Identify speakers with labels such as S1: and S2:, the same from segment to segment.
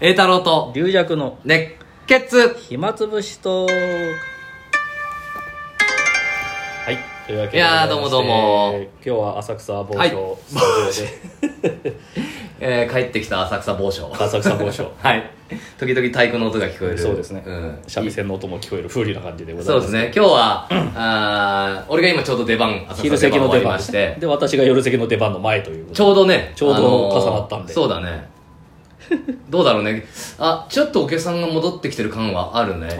S1: 栄太郎と
S2: 龍弱の
S1: 熱血
S2: 暇つぶしとはいというわけで
S1: いやーどうもどうも
S2: えー今日は浅草某
S1: はい
S2: 所スタジオで、
S1: えー帰ってきた浅草某所
S2: 浅草某所
S1: はい時々太鼓の音が聞こえる
S2: そうですね
S1: ん、
S2: 三味線の音も聞こえる風流な感じでござい
S1: そう
S2: ます
S1: ですね今日はあー俺が今ちょうど出番浅
S2: 昼
S1: 草出
S2: 席
S1: 番
S2: の
S1: 終わ
S2: 出
S1: りま
S2: 番
S1: して
S2: で私が夜席の出番の前ということで
S1: ちょうどね
S2: ちょうど
S1: あのー
S2: 重なったんで
S1: そうだ ねどうだろうねあちょっとお客さんが戻ってきてる感はあるね
S2: ああ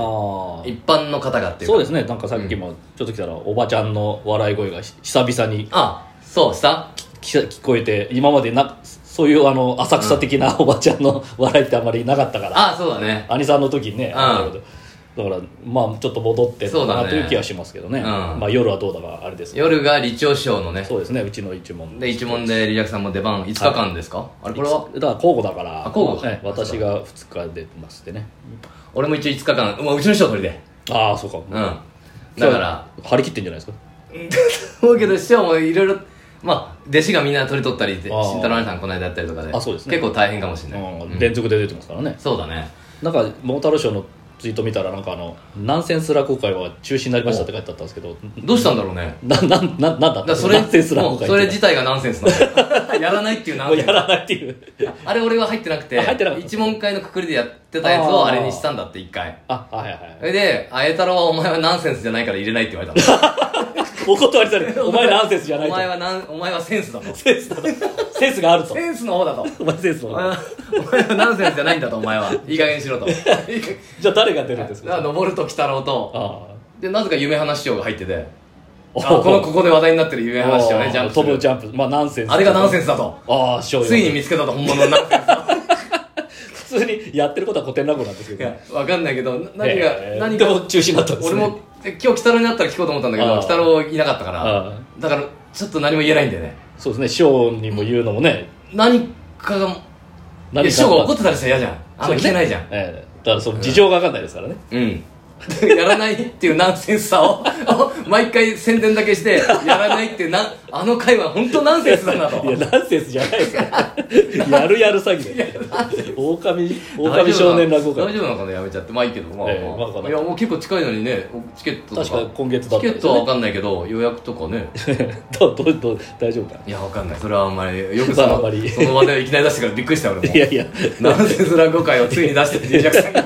S1: 一般の方がっていうか
S2: そうですねなんかさっきもちょっと来たら、おばちゃんの笑い声がひ久々に
S1: あそうした
S2: き聞こえて今までなそういうあの浅草的なおばちゃんの笑いってあんまりなかったから、
S1: あそうだね
S2: 兄さんの時にね、
S1: ん
S2: なるほどだからまあちょっと戻ってんのか
S1: そうだ
S2: な
S1: ね
S2: という気はしますけどね
S1: うん
S2: まあ、夜はどうだかあれですけど
S1: 夜が李朝賞のね
S2: そうですねうちの一問
S1: で一問でリラクさんも出番5日間ですか、あれこれは
S2: だから交互だから
S1: あ交互か
S2: ね、私が2日出ましてね
S1: 俺も一応5日間うわうちの人はそれで
S2: ああそうか、
S1: うんだから
S2: 張り切ってんじゃないですか
S1: 思うけど師匠もいろいろまあ弟子がみんな取り取ったりで
S2: あー
S1: 慎太郎兄さんこの間やったりとかで
S2: あそうですね
S1: 結構大変かもしれない、
S2: う
S1: うん
S2: ん、連続で出てますからね
S1: そうだね
S2: なんか桃太郎賞のツイート見たらなんかあの「ナンセンス落語会は中止になりました」って書いてあったんですけど
S1: どうしたんだろうね
S2: ななななんだ
S1: だ
S2: っ
S1: から
S2: た
S1: それ
S2: ナンセンス落
S1: も
S2: 語
S1: う
S2: 会
S1: それ
S2: って
S1: 自体がナンセンスなんだよ やらないっていうナン
S2: もう
S1: セン
S2: や
S1: ス
S2: らないっていう
S1: あれ俺は入ってなくて
S2: あ入ってなかった
S1: 一問会のくくりでやってたやつをあれにしたんだって一回
S2: あはいはい はい
S1: それで「あ栄太郎はお前はナンセンスじゃないから入れない」って言われた
S2: お断りされる。
S1: の
S2: お前ナンセンスじゃない
S1: お
S2: と。
S1: 前はなんお前はセンスだと
S2: センスだと。センスがあると。
S1: センスの方だと
S2: お前センスだ
S1: お
S2: と
S1: 前はお前はナンセンスじゃないんだとお前はいい加減にしろと
S2: じゃあ誰が出るんですかあ
S1: 登ると鬼太郎と
S2: あ。
S1: でなぜか夢話師匠が入ってて
S2: お
S1: あこのここで話題になってる夢
S2: ああ
S1: 話師匠ねジャンプす
S2: 飛ぶ
S1: る
S2: ジャンプ。まあナンセンス。
S1: あれがナンセ
S2: ン
S1: ンスだと
S2: ス。ああ、しょ
S1: ついに見つけたと本物のナンセンス
S2: 普通にやってることは古典落語なんですけ
S1: い
S2: どね。
S1: やわかんないけどな何が、
S2: ええ
S1: 何
S2: で
S1: が
S2: も中止になったんです
S1: 俺
S2: ね。
S1: もえ今日鬼太郎になったら聞こうと思ったんだけど
S2: ああ
S1: 鬼太郎いなかったから
S2: ああ
S1: だからちょっと何も言えないんだよね
S2: そうですね、師匠にも言うのもね。
S1: 何かがいや師匠
S2: か
S1: が怒ってたりしたら嫌じゃんあんま聞けないじゃん
S2: そうですねええだからその事情がわかんないですからね。
S1: うん。 やらないっていうナンセンスさを、 毎回宣伝だけして、やらないっていうな、あの会は本当ナンセンスだなと。
S2: いや、ナンセンスじゃないですから。やるやる詐欺で。狼、
S1: 大
S2: 狼
S1: 丈夫
S2: 少
S1: な
S2: 年落語
S1: 大
S2: 会。
S1: 丈夫なのかなやめちゃって。まあいいけど、まあ、まあ
S2: ええまあまあ
S1: いや、もう結構近いのにね、チケットとか。
S2: 確か今月だったん
S1: チ
S2: ですよね
S1: ケットはわかんないけど、予約とか ね。
S2: どう、どう、どう、大丈夫か
S1: いや、わかんない。それはあんまり、よくそ
S2: まあ
S1: の
S2: あんまり
S1: その場でいきなり出してからびっくりした、俺も
S2: い。やいや。
S1: ナンセンス落語会をついに出して て、ジャクさんが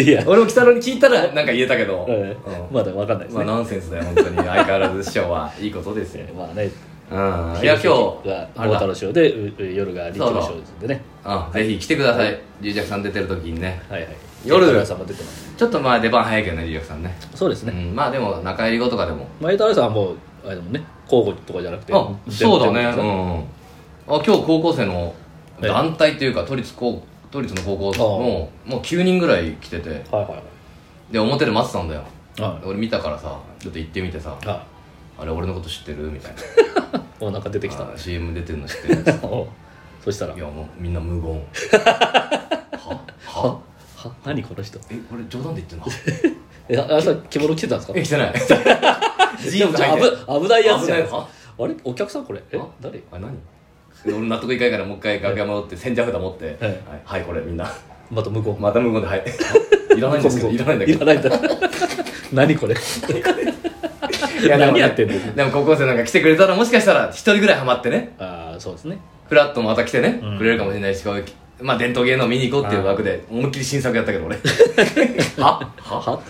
S2: いや、
S1: 俺も北野に聞いたら、なんか言えたけど。
S2: ええ
S1: うん
S2: まだわかんないです
S1: まあ、
S2: ね。
S1: ナンセンスだよ、本当に。相変わらず師匠はいいことですよ
S2: え。えまあね。
S1: うんいや今日
S2: が
S1: あれだ
S2: 桃太郎賞でうう夜が理長賞ですんでね
S1: あぜひ来てください龍尺さん出てる時にね
S2: はいはい
S1: 夜
S2: 夜さんも出てます
S1: ちょっとまあ出番早いけどね龍尺さんね
S2: そうです
S1: う
S2: ね
S1: んまあでも中入り後とかでも
S2: 前田さんはもうあれでもね交互とかじゃなくて
S1: あそうだね
S2: 全部
S1: うんうんあ今日高校生の
S2: ええ
S1: 団体というか都立高都立の高校のもう9人ぐらい来てて
S2: はいはい
S1: で表で待ってたんだよ
S2: はい
S1: 俺見たからさちょっと行ってみてさ
S2: は
S1: あれ俺のこと知ってるみた い
S2: いお腹出てきた
S1: なあ CM 出てるの知ってる
S2: おそしたら
S1: いやもうみんな無 言はは
S2: はは何この人
S1: え俺冗談で言ってんの
S2: えあ朝着物着てたんですか
S1: え、来てない。 ジ
S2: で
S1: ーン
S2: も
S1: ズ
S2: ちょ
S1: 履いてる。
S2: 危危ないやつじゃない
S1: 危ない
S2: ですかあれお客さんこれえ
S1: あ
S2: 誰
S1: あ、何俺納得いかないからもう一回楽屋戻って千社札持って、
S2: え
S1: はい、はい、これみんな。
S2: また向こう
S1: また無言で、 はい。いらないんですけど、いらないんだけ
S2: いら
S1: ど。
S2: ないんだ 何これ
S1: いでも
S2: 何やってんの
S1: でも高校生なんか来てくれたらもしかしたら一人ぐらいハマってね、
S2: ああそうですね
S1: フラッとまた来てね、
S2: うん
S1: くれるかもしれないし、こういうまあ伝統芸能見に行こうっていう枠で、思いっきり新作やったけど 俺。はは
S2: は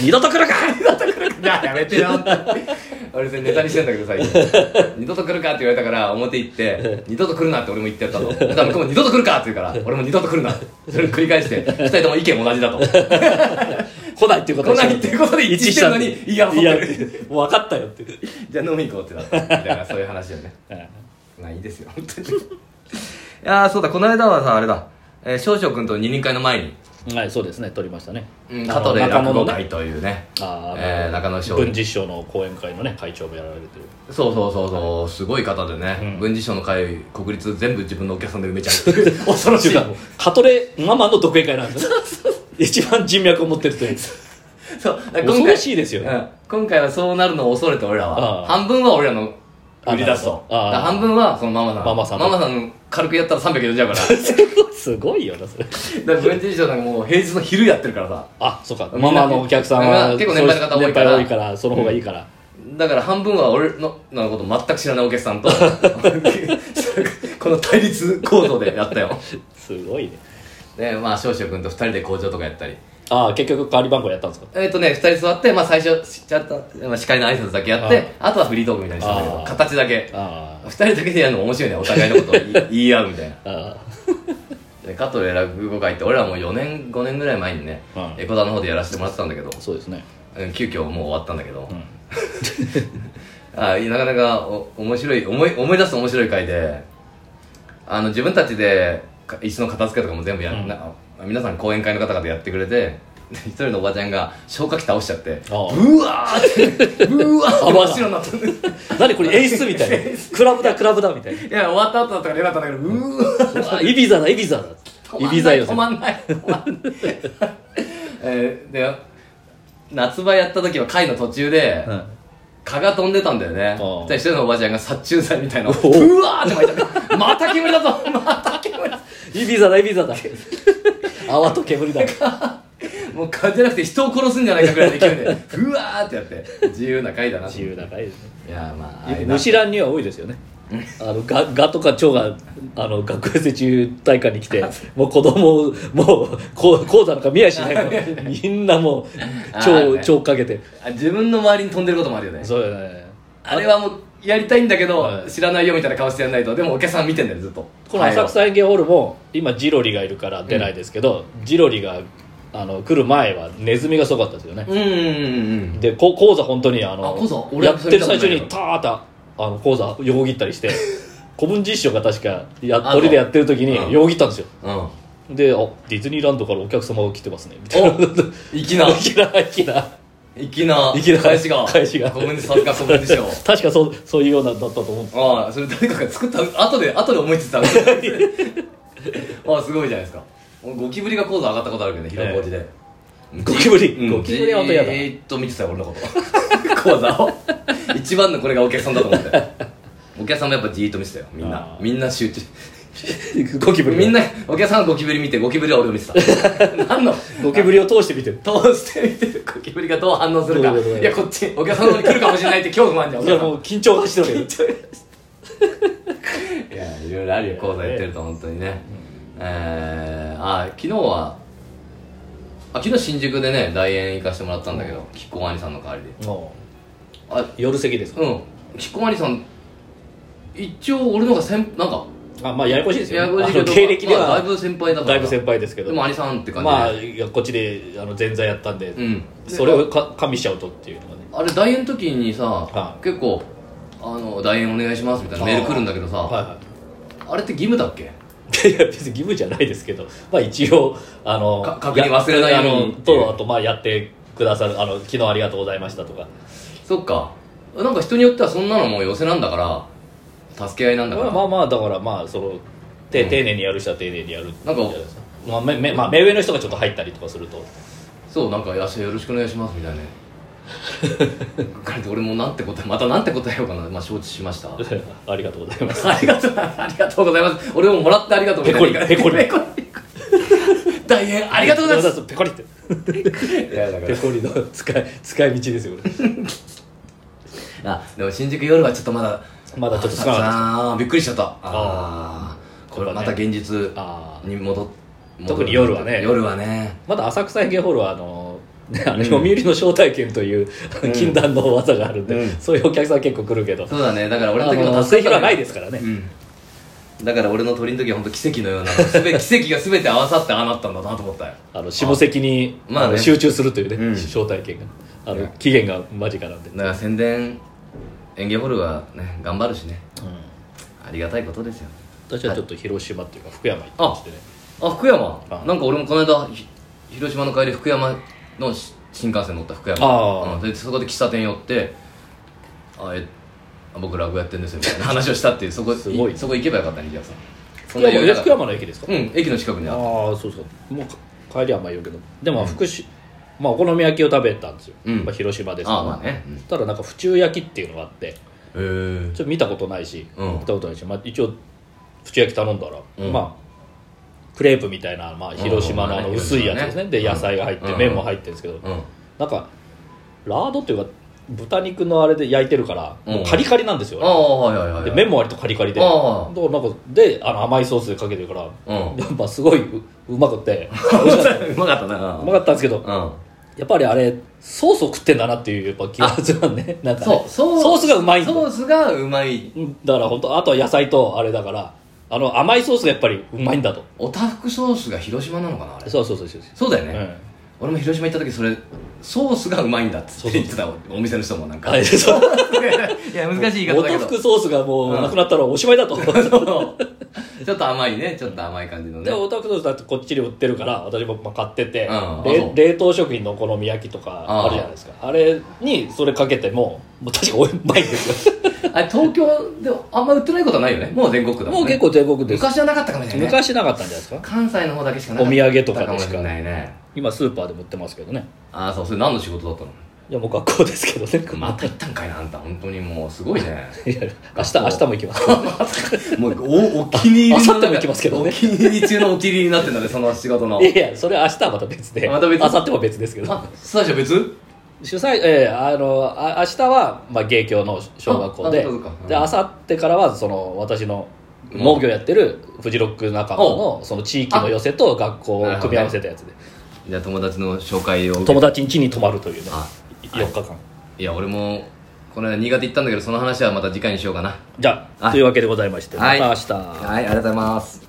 S2: 二度と来るか
S1: いややめてよって俺それネタにしてんだけど最近二度と来るかって言われたから表行って二度と来るなって俺も言ってやったのだから向こうも二度と来るかって言うから俺も二度と来るなそれを繰り返して二人とも意見同じだと
S2: 来ないっていうこと
S1: 来ないっていうことで一致してるのに
S2: いや
S1: いや
S2: 分かったよって
S1: じゃあ飲み行こうってなったみたいなそういう話よねまあいいですよ本当にいやーそうだこの間はさあれだ、えー、少々君と二人会の前に、
S2: はいそうですね取りましたね
S1: うん、
S2: あ
S1: 加
S2: の
S1: 藤で
S2: 中
S1: 落
S2: 野の
S1: 語
S2: ね
S1: 会というね
S2: あー
S1: えー中野師匠
S2: 文治師匠の講演会のね会長もやられてる
S1: そうそうそうそうすごい方でね、
S2: うん
S1: 文治師匠の会国立全部自分のお客さんで埋めちゃうっていう 恐ろしい
S2: っていうかカトレママの独演会なん ですね一番人脈を持ってるという
S1: そうだから今回
S2: 恐ろしいですよ
S1: うん今回はそうなるのを恐れて俺らは
S2: ああ
S1: 半分は俺らの
S2: あ
S1: 売り出す
S2: なる
S1: と
S2: ほど
S1: だ
S2: あー
S1: から半分はそのママさん
S2: ママさん
S1: ママさん軽くやったら340だから だか
S2: すごい すごいよなそれ
S1: ら文治師匠なんかもう平日の昼やってるからさ
S2: あそうか
S1: みん
S2: マ
S1: な
S2: マのお客さんは
S1: うん結構年配の方多いから
S2: そうう年配多いからその方がいいから、
S1: だから半分は俺ののこと全く知らないお客 さんとこの対立構造でやったよ
S2: すごいね
S1: でまあ少々君と2人で工場とかやったり
S2: ああ結局代わり番号やったんですか
S1: えっ、とね2人座って、まあ、最初しちゃった、まあ、司会の挨拶だけやってあとはフリートークみたいにしたんだけ
S2: あ
S1: ど
S2: ー
S1: 形だけ
S2: あ
S1: 2人だけでやるの面白いねお互いのことを言い言い合うみたい な
S2: ああ
S1: で加藤落語会って俺らもう4年5年ぐらい前にね、
S2: うん
S1: エコダの方でやらせてもらってたんだけど
S2: あそうですね
S1: うん急遽もう終わったんだけど、
S2: ん
S1: あなかなかお面白い思い思い出す面白い回であの自分たちでか椅子の片付けとかも全部や、
S2: うん
S1: な皆さん講演会の方々やってくれてで一人のおばちゃんが消火器倒しちゃって
S2: ああ
S1: ブワー ってブワーって真っ白になったんで
S2: 何これ 演出みたいなクラブだクラブだみたいない
S1: や終わった後だったからよかったんだけどうわー
S2: うわイビザだイビザだイビザよ
S1: 止まんない止まんない えーで夏場やった時は会の途中で、
S2: うん
S1: 蚊が飛んでたんだよね
S2: ああ
S1: で一人のおばちゃんが殺虫剤みたいなうわ
S2: お
S1: ーって巻いたまた煙だぞまた煙だ
S2: イビザだイビザ だ泡と煙だ
S1: もう蚊じゃなくて人を殺すんじゃないかぐらいの勢いでふわーってやって自由な会だなと
S2: 自由な回ですね
S1: いやーまあああいうな
S2: 虫乱には多いですよねあのガガとか蝶があの学生中大会に来 てもう子供をもうこう講座なんか見やしないからみんなも
S1: あ
S2: う
S1: ー
S2: 蝶
S1: ね
S2: 蝶かけて
S1: あ自分の周りに飛んでることもあるよね
S2: そうだね
S1: あれはもうやりたいんだけど、
S2: はい
S1: 知らないよみたいな顔してやんないとでもお客さん見てんだよずっと
S2: この浅草園芸ホールも今ジロリがいるから出ないですけど、ジロリがあの来る前はネズミがすごかったですよね
S1: うんうんうんうん
S2: でこ講座本当にあの
S1: あ講座俺
S2: やってる最
S1: そ
S2: 中
S1: れ見
S2: に
S1: た
S2: ターッとあの講座横切ったりして古文実証が確かや
S1: あ
S2: 鳥でやってる時に
S1: うん
S2: 横切ったんですよ
S1: うん
S2: であディズニーランドからお客様が来てますねみたいな
S1: お粋な
S2: きなりき
S1: 粋な
S2: な粋な
S1: 返しが
S2: 返しが
S1: ごめんねさすがそこでしょ
S2: 確かそうそういうようなだったと思う
S1: ああそれ誰かが作った後で後で思いついたああすごいじゃないですかゴキブリが高座上がったことあるけどね広小路で、
S2: ゴキブリ
S1: うん
S2: ゴキブリは本当嫌だ
S1: じーっと見てたよ俺のこと 講座を一番のこれがお客さんだと思ってお客さんもやっぱじーっと見てたよみんな
S2: あー
S1: みんな集中
S2: ゴキブリ
S1: みんなお客さんはゴキブリ見てゴキブリは俺を見てた 何の
S2: ゴキブリを通して見てる
S1: 通して見てるゴキブリがどう反応するか
S2: ごめんごめん
S1: いやこっちお客さんの方に来るかもしれないって恐怖もあんじゃん
S2: いやもう緊張がしてる
S1: いやいろいろあるよ講座やってると本当にね、えー、あ昨日はあ昨日新宿でね来園行かしてもらったんだけど亀甲兄さんの代わりで
S2: も
S1: あ
S2: う夜席ですか、
S1: うん亀甲兄さん一応俺の方が先なんか
S2: あまあややこしいですよ、ね、
S1: ややこしいけ
S2: あ
S1: ど
S2: の経歴で
S1: まあだ
S2: はい
S1: ぶ先輩だから
S2: だいぶ先輩ですけ
S1: で
S2: ど
S1: も兄さんって感じで、
S2: まあいやこっちであの前座やったんで、
S1: うん
S2: それをか加味しちゃうとっていうのがね
S1: あれ大演の時にさ、
S2: はい
S1: 結構あの「大演お願いします」みたいなメール来るんだけどさあ,、
S2: はいは
S1: れって義務だっけ
S2: い、いや別に義務じゃないですけど、まあ、一応あの
S1: か確認忘れないように
S2: やあのとあとまあやってくださるあの昨日ありがとうございましたとか
S1: そっかなんか人によってはそんなのもう寄せなんだから助け合いなんだか
S2: ま
S1: ら、
S2: あまあまあだからまあそのて丁寧にやる人は丁寧にやるって
S1: なんか
S2: じゃいですかまあ、めめまあ、目上の人がちょっと入ったりとかすると
S1: そうなんか「明日よろしくお願いします」みた いなね彼って俺もなんて答えまたなんて答えようかなまあ承知しました
S2: ありがとうございます
S1: ありがとうありがとうございます俺ももらってありがとうみたいな
S2: ペ
S1: ペコ
S2: コリ
S1: リペコリ大変ありがとうございます
S2: すペコリって
S1: いやだ
S2: ペコリの使い使い道ですよこれ
S1: あでも新宿夜はちょっとまだ
S2: まだちょっと少なかったです
S1: あーびっくりしちゃったあ
S2: あ
S1: ーこれまた現実
S2: ああ
S1: に戻っ
S2: 特に夜はね
S1: 夜はね
S2: まだ浅草駅ホールはあのね、あの読売の招待券という、禁断の技があるんで、
S1: うん
S2: そういうお客さん結構来るけど、
S1: そうだねだから俺の時も
S2: あの末広はないですすからね、
S1: うんだから俺の鳥の時は本当奇跡のような すべ奇跡が全て合わさってああなったんだなと思ったよ
S2: あの下関に
S1: あまあね
S2: あの集中するというね、
S1: うん
S2: 招待券があ
S1: いや
S2: の期限が間近なんで、
S1: だから宣伝演芸ホールはね頑張るしねありがたいことですよ
S2: 私はちょっと広島っていうか福山行ってましてね
S1: あ福山
S2: あ
S1: なんか俺もこの間ひ広島の帰り福山のし新幹線乗った福山
S2: あー
S1: うんでそこで喫茶店寄ってあえあ僕落語やってんですよみたい な話をしたっていうそこ
S2: すごいね
S1: そこ行けばよかったねじゃあさんそ
S2: 福
S1: んな
S2: 山
S1: 余裕なかっ
S2: 福
S1: た
S2: 山の駅ですか、
S1: うん駅の近くにあっ
S2: ああそうそうもうか帰りはあんまり言うけどでも福島、まあ、お好み焼きを食べたんですよ、
S1: うん
S2: まあ、広島です
S1: た
S2: から
S1: あまあねうん
S2: そしたらなんか府中焼きっていうのがあって
S1: えー
S2: ちょっと見たことないし、
S1: うん
S2: 見たことないし、まあ、一応プチ焼き頼んだら、
S1: うん
S2: まあクレープみたいな、まあ、広島のあの
S1: うん
S2: 薄いやつですね、で
S1: 広
S2: 野
S1: 島ね
S2: 菜が入って、
S1: うん
S2: 麺も入ってるんですけど、
S1: うん
S2: なんかラードっていうか豚肉のあれで焼いてるから、
S1: うん
S2: もうカリカリなんです
S1: あ
S2: よ、
S1: あはいはいはい
S2: で麺も割とカリカリで、
S1: あ
S2: だ
S1: あ
S2: からなんかであの甘いソースでかけてるから、
S1: うん
S2: やっぱすごいううまくて
S1: うまかったな
S2: うまかったんですけど
S1: うん
S2: やっぱりあれソースを食ってんだなっていうやっぱ気がするんねなんかね
S1: そう
S2: ソースがうまいんだ
S1: ソースがうまい
S2: だから本当あとは野菜とあれだからあの甘いソースがやっぱりうまいんだと、
S1: おたふくソースが広島なのかなあれ
S2: そうそうそうそう
S1: そうだよね、
S2: うん
S1: 俺も広島行った時それソースがうまいんだっつって言ってたお店の人もなんか
S2: あれそ う
S1: いや難しい言い方だけ
S2: お
S1: ど
S2: ふくソースがもうなくなったらおしまいだと、
S1: ちょっと甘いねちょっと甘い感じのね
S2: でオタクソースだってこっちで売ってるから私もまあ買ってて、
S1: うんあ
S2: れ
S1: そう
S2: 冷凍食品のお好み焼きとかあるじゃないですかあれにそれかけてももう確かおうまいんですよ
S1: あれ東京であんま売ってないことはないよねもう全国だもん、ね、
S2: もう結構全国です
S1: 昔はなかったかもしれない、ね、
S2: 昔なかったんじゃないですか
S1: 関西の方だけしかなかった
S2: お土産とかでしか
S1: もしれないね
S2: 今スーパーでも売ってますけどね
S1: ああそうそれ何の仕事だったの
S2: いやもう学校ですけどね、
S1: また行ったんかいなあんた本当にもうすごいね
S2: いや明日明日も行きます
S1: もうおお気に入りの
S2: あ明後日も行きますけどね
S1: お気に入り中のお気に入りになってんだねその仕事の
S2: いやいや、それは明日はまた別で。
S1: また別
S2: 明後日も別ですけど。
S1: あスタジオ別
S2: 主催、ええあの、あ明日は、まあ、芸協の小学校
S1: あ
S2: で
S1: あそうかそうか、
S2: で、明後日からは、その、私の農業やってるフジロック仲間の、その地域の寄せと学校を組み合わせたやつで、
S1: じゃあ友達の紹介を受け
S2: 友達に家に泊まるというね、
S1: あ
S2: 4日間。
S1: いや俺もこの間新潟行ったんだけどその話はまた次回にしようかな
S2: じゃ
S1: は
S2: あ、
S1: い
S2: というわけでございまして、ま
S1: はい
S2: た明日。
S1: はいありがとうございます